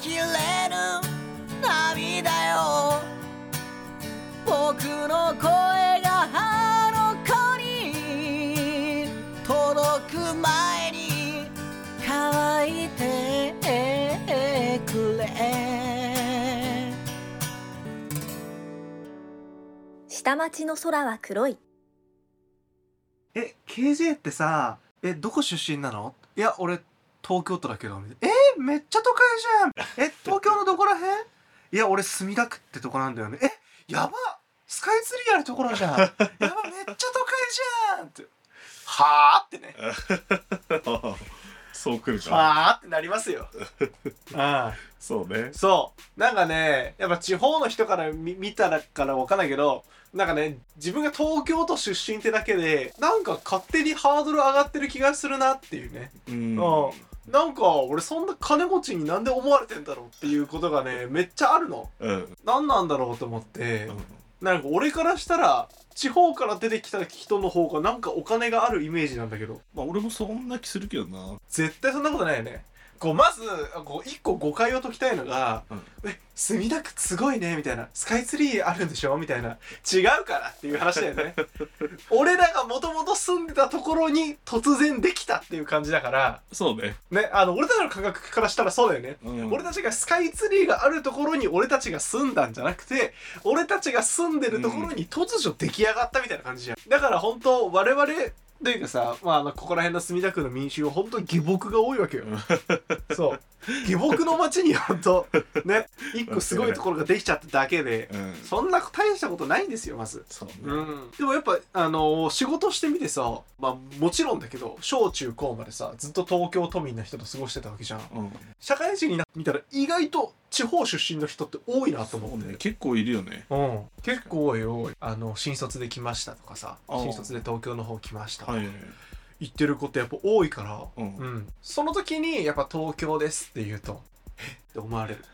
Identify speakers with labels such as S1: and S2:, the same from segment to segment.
S1: きれぬ涙よ僕の声があの子に届く前に乾いてくれ
S2: 下町の空は黒い
S3: え KJ ってさえどこ出身なのいや俺東京都だけどみたいなえめっちゃ都会じゃんえ東京のどこら辺いや俺墨田区ってとこなんだよねえやばスカイツリーあるところじゃんやばめっちゃ都会じゃんってはあってね
S4: そうくるか。
S3: はあってなりますよああ
S4: そうね。
S3: そうなんかねやっぱ地方の人から見見たらからわかんないけどなんかね自分が東京都出身ってだけでなんか勝手にハードル上がってる気がするなっていうね
S4: うん
S3: うん、なんか俺そんな金持ちになんで思われてんだろうっていうことがねめっちゃあるの
S4: うん。
S3: 何なんだろうと思って
S4: うん
S3: なんか俺からしたら地方から出てきた人の方がなんかお金があるイメージなんだけど
S4: まあ俺もそんな気するけどな。
S3: 絶対そんなことないよねこうまずこう一個誤解を解きたいのが
S4: うん
S3: 「え墨田区すごいね」みたいな「スカイツリーあるんでしょ?」みたいな違うからっていう話だよ ね俺らがもともと住んでたところに突然できたっていう感じだから
S4: そうね。
S3: ねあの俺たちの感覚からしたらそうだよね
S4: うん
S3: 俺たちがスカイツリーがあるところに俺たちが住んだんじゃなくて俺たちが住んでるところに突如出来上がったみたいな感じじゃんだから本当我々というかさ、まあ、あのここら辺の墨田区の民衆は本当に下僕が多いわけよそう下僕の街に本当ね一個すごいところができちゃっただけで
S4: うん。
S3: そんな大したことないんですよまず
S4: そうね。
S3: うん、でもやっぱあのー仕事してみてさ、まあ、もちろんだけど小中高までさずっと東京都民の人と過ごしてたわけじゃん
S4: うん。
S3: 社会人になってみたら意外と地方出身の人って多いなと思
S4: そ
S3: っ
S4: う
S3: て
S4: ね。結構いるよね。
S3: うん、結構多い多いあの新卒で来ましたとかさ
S4: あー
S3: 新卒で東京の方来ましたとか
S4: はいはい。
S3: 言ってることやっぱ多いから、
S4: うん
S3: うん、その時にやっぱ東京ですって言うとえっって思われる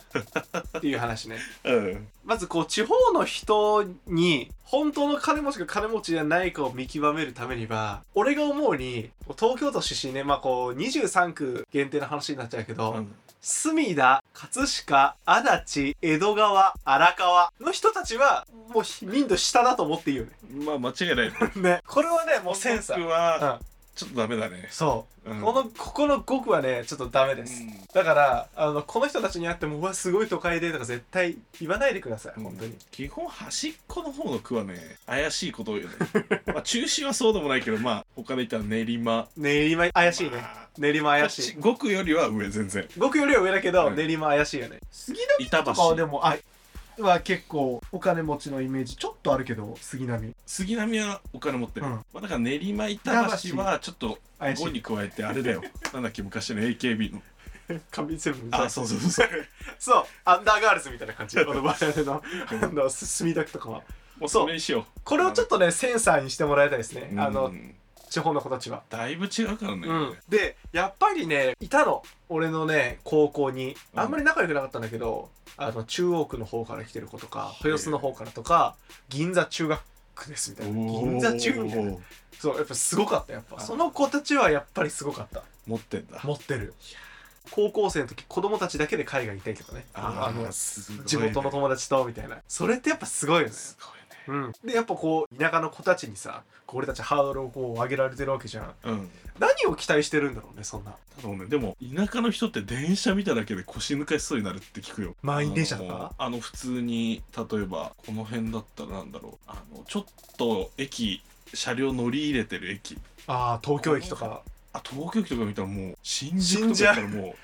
S3: っていう話ね
S4: うん。
S3: まずこう地方の人に本当の金持ちか金持ちじゃないかを見極めるためには俺が思うに東京都出身ねまあこう23区限定の話になっちゃうけど、
S4: うん
S3: 隅田葛飾足立江戸川荒川の人たちはもう民度下だと思っていいよね
S4: まあ間違いないね。
S3: ねこれはね もうセンサー
S4: 僕は
S3: うん
S4: ちょっとダメだね。
S3: そう、
S4: うん
S3: このここの5区はねちょっとダメです、だからあのこの人たちに会ってもうわすごい都会でとか絶対言わないでください、
S4: うん
S3: 本当に
S4: 基本端っこの方の区はね怪しいこと 多いよねまあ中心はそうでもないけどまあ他で言ったら練馬
S3: 練馬怪しいね、
S4: まあ
S3: 練馬怪しい
S4: 5区よりは上全然
S3: 僕よりは上だけど、
S4: うん
S3: 練馬怪しいよね杉並
S4: 板
S3: とかは
S4: 橋
S3: でもあは結構お金持ちのイメージちょっとあるけど杉並
S4: 杉並はお金持ってる、
S3: うん
S4: まあだから練馬板橋はちょっと
S3: 怪し
S4: 5に
S3: い
S4: 加えてあれ だよなんだっけ昔の AKB の
S3: 神セブン
S4: あそうそうそう
S3: そう、アンダーガールズみたいな感じ。 この我々の、あの、 す墨田区とかは。
S4: もうそれにしよう
S3: これをちょっ
S4: と
S3: とね、センサーにしてもらいたいですね。あの、地方の子たちは。
S4: だいぶ違うからね、
S3: うん、でやっぱりねいたの俺のね高校に
S4: うん
S3: あんまり仲良くなかったんだけど、あの中央区の方から来てる子とか
S4: へえ
S3: 豊洲の方からとか銀座中学区ですみたいな
S4: おー
S3: 銀座中みたいなそうやっぱすごかったやっぱ
S4: あ
S3: その子たちはやっぱりすごかった
S4: 持ってんだ
S3: 持ってる高校生の時子供たちだけで海外行ったりとかねあの
S4: ーすごいね
S3: 地元の友達とみたいなそれってやっぱすごいよね
S4: す
S3: うん、でやっぱこう田舎の子たちにさこう俺たちハードルをこう上げられてるわけじゃん
S4: ごいねうん
S3: 何を期待してるんだろうねそんな
S4: だろうねでも田舎の人って電車見ただけで腰抜かしそうになるって聞くよ
S3: 満員電車と
S4: だ
S3: か
S4: あの普通に例えばこの辺だったらなんだろうあのちょっと駅車両乗り入れてる駅
S3: ああ東京駅とか
S4: あ東京駅とか見たらもう新宿とかだったらも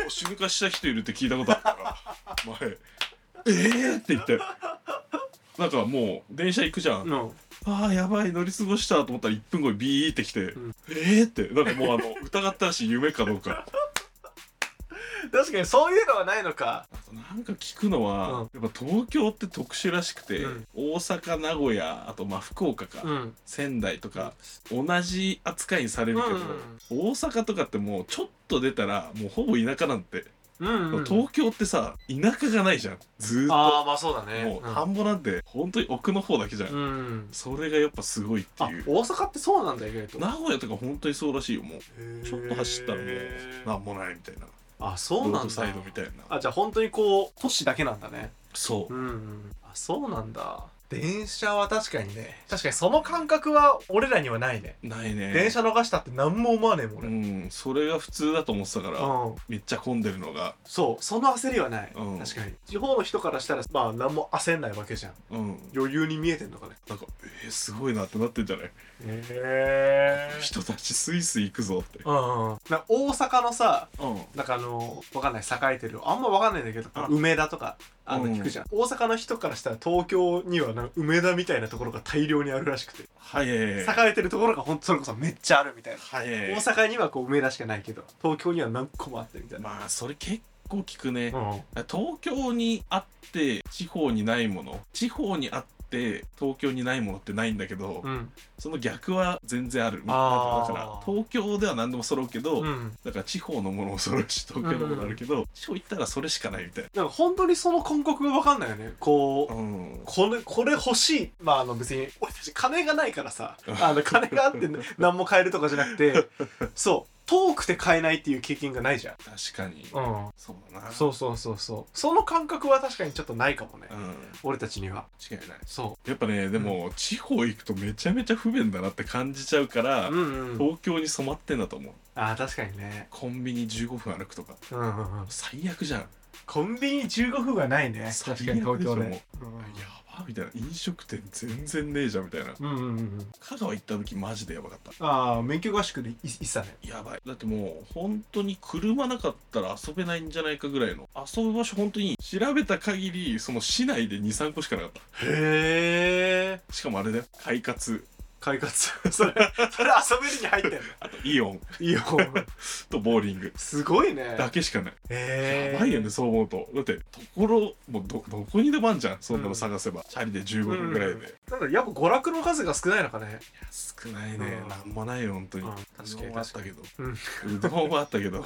S4: う腰抜かした人いるって聞いたことあるから前ええー、って言ってなんかもう電車行くじゃん、
S3: うん
S4: あーやばい乗り過ごしたと思ったら1分後にビーって来て、
S3: ん
S4: ええー、ってなんかもうあの疑ったらしい夢かどうか
S3: 確かにそういうのはないのか
S4: なんか聞くのは、やっぱ東京って特殊らしくて、
S3: うん
S4: 大阪名古屋あとまあ福岡か、
S3: うん
S4: 仙台とか同じ扱いにされるけど、
S3: うん
S4: 大阪とかってもうちょっと出たらもうほぼ田舎なんて、
S3: うん、うん、
S4: 東京ってさ田舎がないじゃんずーっと
S3: ああまあそうだね
S4: もう田んぼなんて本当に奥の方だけじゃん、
S3: うん、うん、
S4: それがやっぱすごいって
S3: あ
S4: いう
S3: 大阪ってそうなんだ意外と
S4: 名古屋とか本当にそうらしいよもう
S3: へー
S4: ちょっと走ったらもうなんもないみたいな
S3: あそう
S4: ロ
S3: な
S4: ー
S3: ん
S4: ド
S3: だ
S4: サイドみたいな
S3: あじゃあ本当にこう都市だけなんだね
S4: そう
S3: うんあそうなんだ電車は確かにね確かにその感覚は俺らにはないね
S4: ないね
S3: 電車逃したって何も思わねえもん
S4: う
S3: 俺、
S4: んそれが普通だと思ってたから、
S3: うん、
S4: めっちゃ混んでるのが
S3: そうその焦りはない、
S4: うん
S3: 確かに地方の人からしたらまあ何も焦んないわけじゃん
S4: うん
S3: 余裕に見えてんのかね
S4: なんかえー、すごいなってなってんじゃない
S3: へえ
S4: 人たちスイスイ行くぞって
S3: うん、うん、な大阪のさ
S4: うん
S3: なんかあのわかんない栄えてるあんまわかんないんだけど
S4: あ
S3: 梅田とかあの
S4: うん
S3: 聞くじゃん、大阪の人からしたら東京にはなんか梅田みたいなところが大量にあるらしくて
S4: はい
S3: 栄
S4: え
S3: えてるところがほんとそれこそめっちゃあるみたいな、
S4: はいえ
S3: 大阪にはこう梅田しかないけど東京には何個もあってみたいな、
S4: まあそれ結構聞くね、
S3: うん
S4: 東京にあって地方にないもの地方にあって東京にないものってないんだけど、
S3: うん
S4: その逆は全然ある
S3: あー
S4: だから東京では何でも揃うけど、
S3: うん、
S4: だから地方のものも揃うし東京のものあるけど、地方行ったらそれしかないみたい
S3: なんか本当にその感覚がわかんないよねこう、
S4: な、うん、
S3: これ、これ欲しい。まあ、あの別に、俺たち金がないからさ、あの金があって何も買えるとかじゃなくて、そう、遠くて買えないっていう経験がないじゃん。
S4: 確かに、
S3: うん。
S4: そうだな
S3: そうそうそうそう。その感覚は確かにちょっとないかもね
S4: う。ん
S3: 俺たちには。
S4: 違いない
S3: そ
S4: やっぱねでも、地方行くとめちゃめちゃ不便だなって感じちゃうから、
S3: う。うんうん。
S4: 東京に染まってんだと思う
S3: ああ、確かにね。
S4: コンビニ15分歩くとか
S3: うんうんうん。
S4: 最悪じゃん
S3: コンビニ15分はないね。
S4: 最悪
S3: 確かに東京ね。
S4: やばみたいな飲食店全然ねえじゃんみたいな
S3: うんうんうんうん。
S4: 香川行った時マジでやばかった
S3: ああ、免許合宿でいいっさね。
S4: やばいだってもう本当に車なかったら遊べないんじゃないかぐらいの遊ぶ場所本当に調べた限りその市内で23個しかなかっ
S3: へえ。
S4: たしかもあれだよ快活
S3: 快活。 それ、それ遊べるに入ってんの。
S4: あとイオン
S3: いいよ。
S4: とボーリング
S3: すごいね。
S4: だけしかない、
S3: え
S4: やばいよねそう思うとだってところもうどどこにでもあんじゃんそんなの探せば、チャリで15分ぐらいで、
S3: うんなんかやっぱ娯楽の数が少ないのかね。
S4: 少ないね、
S3: うん
S4: なんもないよ本当に、
S3: うん
S4: う
S3: 確
S4: ど
S3: かに
S4: んはあったけど
S3: かに
S4: うどんはあったけど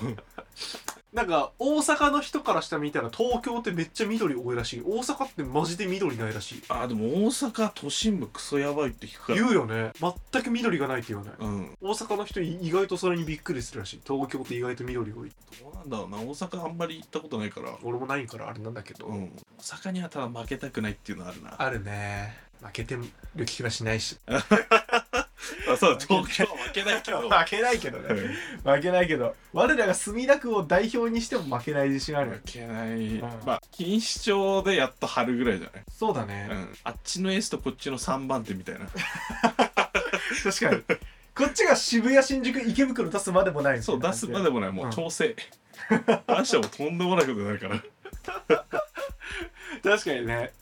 S3: なんか大阪の人からしたら見たら東京ってめっちゃ緑多いらしい。大阪ってマジで緑ないらしい。
S4: あでも大阪都心部クソやばいって聞くから
S3: 言うよね。全く緑がないって言わない。
S4: うん
S3: 大阪の人意外とそれにびっくりするらしい。東京って意外と緑多い。
S4: どうなんだろうな大阪あんまり行ったことないから
S3: 俺もないからあれなんだけど。
S4: うん大阪にはただ負けたくないっていうのはあるな
S3: あるね。負けてる気はしない し。
S4: あそう東京は負けないけど
S3: けないけど
S4: う。ん
S3: 負けないけど。我らが墨田区を代表にしても負けない自信あ
S4: 負。けない、
S3: うん
S4: まあ錦糸町でやっと春ぐらいじゃない、
S3: そうだね。
S4: うん、あっちのエースとこっちの3番手みたいな
S3: 確かに。こっちが渋谷、新宿、池袋出すまでもないみた
S4: そ
S3: いうな
S4: 出
S3: 感じ
S4: すまでもないもう調 整、出したらもうとんでもないことになるから
S3: 確かにね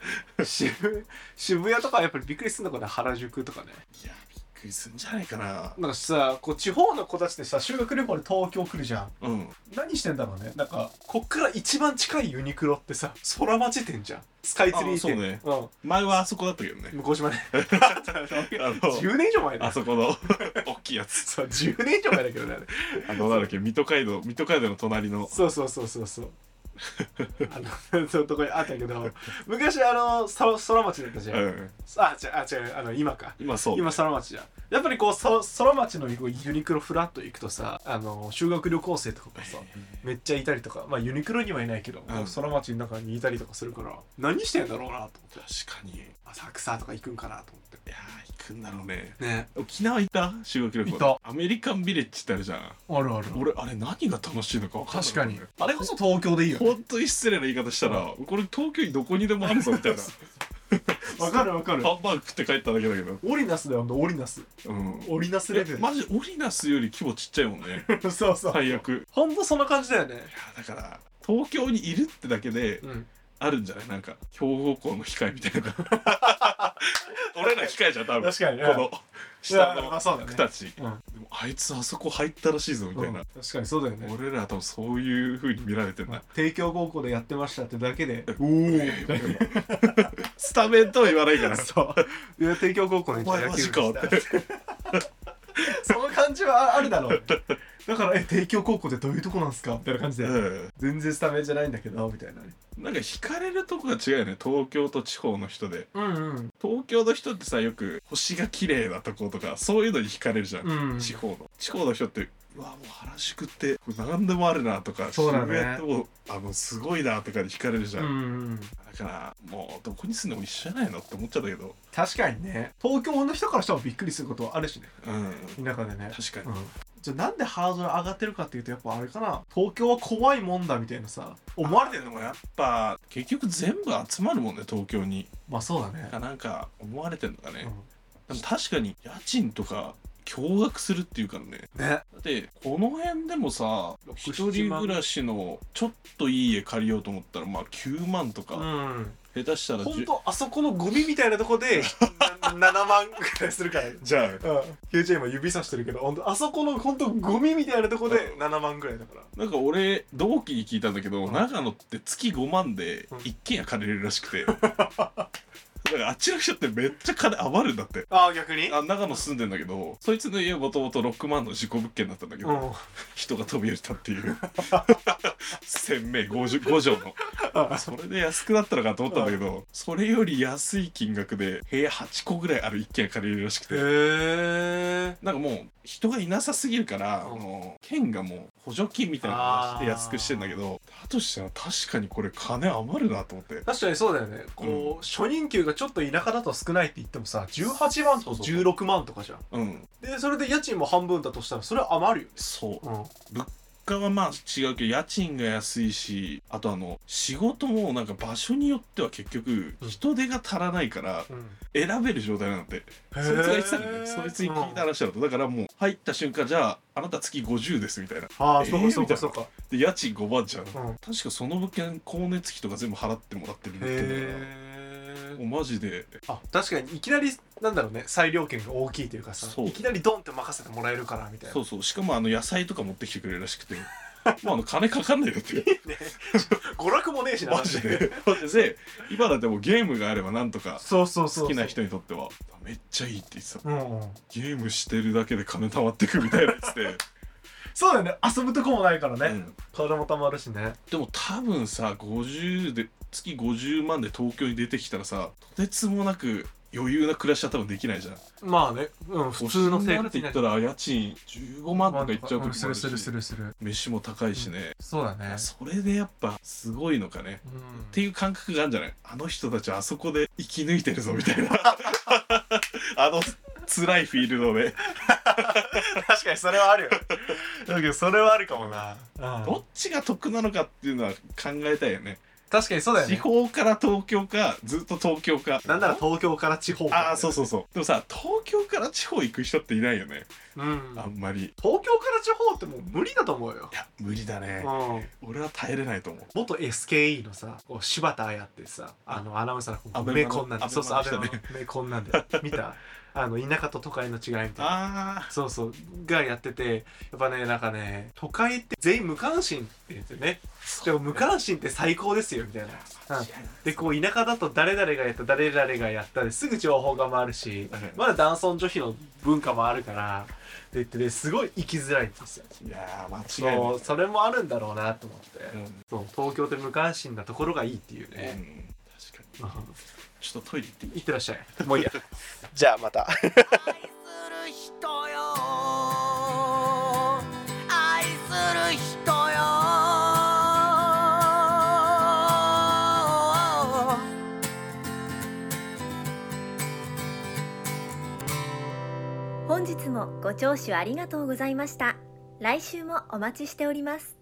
S3: 渋渋谷とかはやっぱりびっくりするのかね原宿とかね
S4: いや、びっくりするんじゃないかな。
S3: なんかさこう地方の子たちってさ修学旅行で東京来るじゃん
S4: うん。
S3: 何してんだろうねなんかこっから一番近いユニクロってさ空町店じゃんスカイツリー店
S4: あそうね
S3: う
S4: 前はあそこだったけどね
S3: ん。向島 ね
S4: あの、
S3: 10年以上前だ
S4: あ
S3: よ
S4: そこ の大きいやつ。
S3: そう10年以上前だけどねあれ
S4: あの、なんだっけ、水戸街道、水戸街道の隣の。
S3: そうそうそうそう そうあのそうとこにあったけど昔あのさ空町だったじゃ、
S4: うんん。
S3: あ違うあ違うあの今か
S4: 今そう。
S3: 今空町じゃんやっぱりこうそ空町のユニクロフラッと行くとさあの修学旅行生とかがさめっちゃいたりとかまあユニクロにはいないけど、こう空町の中にいたりとかするから何してんだろうなと思って
S4: 確かに。い
S3: 浅草とか行くんかなと思って
S4: やー、行くんだろうね。
S3: ね
S4: 沖縄行った修学旅行で。
S3: 行
S4: アメリカンビレッジってあるじゃん。
S3: あるある
S4: 俺、あれ何が楽しいのか分かんない。
S3: 確かにあれこそ東京でいいよ
S4: 本当に失礼な言い方したら、これ東京にどこにでもあるぞみたい な。
S3: わかるわかる
S4: ハンバーグ食って帰っただけだけど。
S3: オリナスだよオリナス
S4: うん。
S3: オリナスレベル、
S4: マジオリナスより規模ちっちゃいもん ね
S3: そうそう
S4: 最悪いや
S3: ほんとそんな感じだよね
S4: だから東京にいるってだけで
S3: うん
S4: あるんじゃないなんか強豪校の控えみ たいな俺ら控えじゃん多分
S3: 確かにね
S4: この下
S3: いやま
S4: の
S3: あそうだね
S4: 僕たち、
S3: うん
S4: でもあいつあそこ入ったらしいぞみたいな、
S3: 確かにそうだよね
S4: 俺らは多分そういう風に見られてんだ
S3: 帝京高校でやってましたってだけで
S4: おおスタメンとは言わない から
S3: そう。いや、帝京高校の
S4: お前マジかって
S3: その感じはあるだろう。だから、え、帝京高校ってどういうとこなんすかみたいな感じで。
S4: うん
S3: 全然スタメンじゃないんだけど、みたいなね。
S4: なんか惹かれるとこが違うよね東京と地方の人で
S3: うんうん
S4: 東京の人ってさよく星が綺麗なとことかそういうのに惹かれるじゃん、
S3: うん
S4: 地方の地方の人ってうわもう原宿ってこれ何でもあるなとか
S3: そうだね
S4: 渋谷ってもうあのすごいなとかに惹かれるじゃ、
S3: うんん
S4: だからもうどこに住んでも一緒じゃないのって思っちゃったけど
S3: 確かにね東京の人からしてもびっくりすることはあるしね
S4: うん
S3: 田舎でね
S4: 確かに、
S3: うんじゃあなんでハードル上がってるかっていうとやっぱあれかな東京は怖いもんだみたいなさ思われてるの
S4: で
S3: か
S4: も
S3: な
S4: やっぱ結局全部集まるもんね東京に
S3: まあそうだね
S4: なんか思われてんのかね、
S3: う
S4: でも確かに家賃とか驚愕するっていうかね
S3: んね
S4: だってこの辺でもさ
S3: 6 7
S4: 一人暮らしのちょっといい家借りようと思ったらまあ9万とか、
S3: うん
S4: 下手したら
S3: ほん
S4: じ
S3: とあそこのゴミみたいなとこで な7万くらいするからね
S4: じゃあ
S3: うん、QJ 今指さしてるけどほんとあそこのほんとゴミみたいなとこで
S4: う
S3: 7万ぐらいだから
S4: なんか俺同期に聞いたんだけど、
S3: うん
S4: 長野って月5万で
S3: うん
S4: 一軒家借りれるら しくて、だからあっちの人ってめっちゃ金余るんだって
S3: ああ逆に
S4: あ長野住んでんだけどそいつの家もともと6万の事故物件だったんだけど、
S3: うん
S4: 人が飛び降りたっ ていう鮮明 5, 5畳のそれで安くなったのかと思ったんだけどそれより安い金額で部屋8個ぐらいある一軒家借りれるらしくて
S3: へえ
S4: なんかもう人がいなさすぎるから、
S3: うん
S4: あの県がもう補助金みたいなのを出して安くしてんだけどだとしたら確かにこれ金余るなと思って
S3: 確かにそうだよねこう、初任給がちょっと田舎だと少ないって言ってもさ18万と
S4: そうそう
S3: 16万とかじゃん
S4: うん
S3: でそれで家賃も半分だとしたらそれは余るよね
S4: そう
S3: うん
S4: 他はまあ違うけど家賃が安いしあとあの仕事もなんか場所によっては結局
S3: うん
S4: 人手が足らないから
S3: うん
S4: 選べる状態なんだってそいつが言ってたんだよねそいつに聞いた話だとだからもう入った瞬間じゃああなた月50ですみたいな
S3: ああ、
S4: えー
S3: そうかそう
S4: みたい
S3: か
S4: な
S3: そうか。
S4: で家賃5万じゃん
S3: うん、へ
S4: 確かその物件光熱費とか全部払ってもらってるって言ってたからもうマジで
S3: あ確かにいきなりなんだろうね裁量権が大きいというかさ
S4: そう
S3: いきなりドンって任せてもらえるからみたいな
S4: そうそうしかもあの野菜とか持ってきてくれるらしくてもうあの金かかんないよっていう
S3: ね娯楽もねえしな
S4: マジでマジで今だってもうゲームがあればなんとか
S3: そうそうそうそう
S4: 好きな人にとってはめっちゃいいって言ってた
S3: うん、うん、
S4: ゲームしてるだけで金貯まってくみたいなやつ で、
S3: そうだよね遊ぶとこもないからね、
S4: うん
S3: 体もたまるしね
S4: でも多分さ50で月50万で東京に出てきたらさとてつもなく余裕な暮らしは多分できないじゃん
S3: まあねうん普通の生
S4: 50万っ
S3: 活
S4: て言ったら家賃15万とかいっちゃう時もあるし、
S3: するするするする
S4: 飯も高いしね、
S3: そうだね
S4: それでやっぱすごいのかね
S3: うん
S4: っていう感覚があるんじゃないあの人たちあそこで生き抜いてるぞみた いなあの辛いフィールドで
S3: 確かにそれはあるよだけどそれはあるかもな、う
S4: ど
S3: ん
S4: っちが得なのかっていうのは考えたいよね
S3: 確かにそうだよ
S4: 地
S3: ね
S4: 方から東京かずっと東京か
S3: なんなら東京から地方
S4: ああそううそうそうでもさ東京から地方行く人っていないよね
S3: うん
S4: あんまりい
S3: 東京から地方ってもう無理だと思うよ、
S4: や無理だね
S3: うん、
S4: 俺は耐えれないと思う
S3: 元 SKE のさこう柴田綾ってさあのアナウンサー
S4: ア
S3: の
S4: ベマの
S3: 目こんなん
S4: ア
S3: で
S4: ベマ
S3: そうそう
S4: の
S3: ア
S4: 人
S3: ベ
S4: ね
S3: マの目こんなんで見たあの田舎と都会の違いみたいな
S4: あ
S3: そうそうがやっててやっぱねなんかね都会って全員無関心って言ってねでも無関心って最高ですよみたいな、うん、でこう田舎だと誰々がやった誰々がやったですぐ情報が回るし
S4: うん
S3: まだ男尊女卑の文化もあるからって言ってねすごい生きづらいんですよ
S4: いやー間違いな
S3: そ
S4: いう
S3: それもあるんだろうなと思って、
S4: うん、
S3: そう東京って無関心なところがいいっていう
S4: う
S3: ね、
S4: ん確か
S3: うん
S4: にちょっとトイレ行っていい
S3: いってらっしゃいもういいやじゃあまた
S1: 愛する人よ愛する人よ
S2: 本日もご聴取ありがとうございました来週もお待ちしております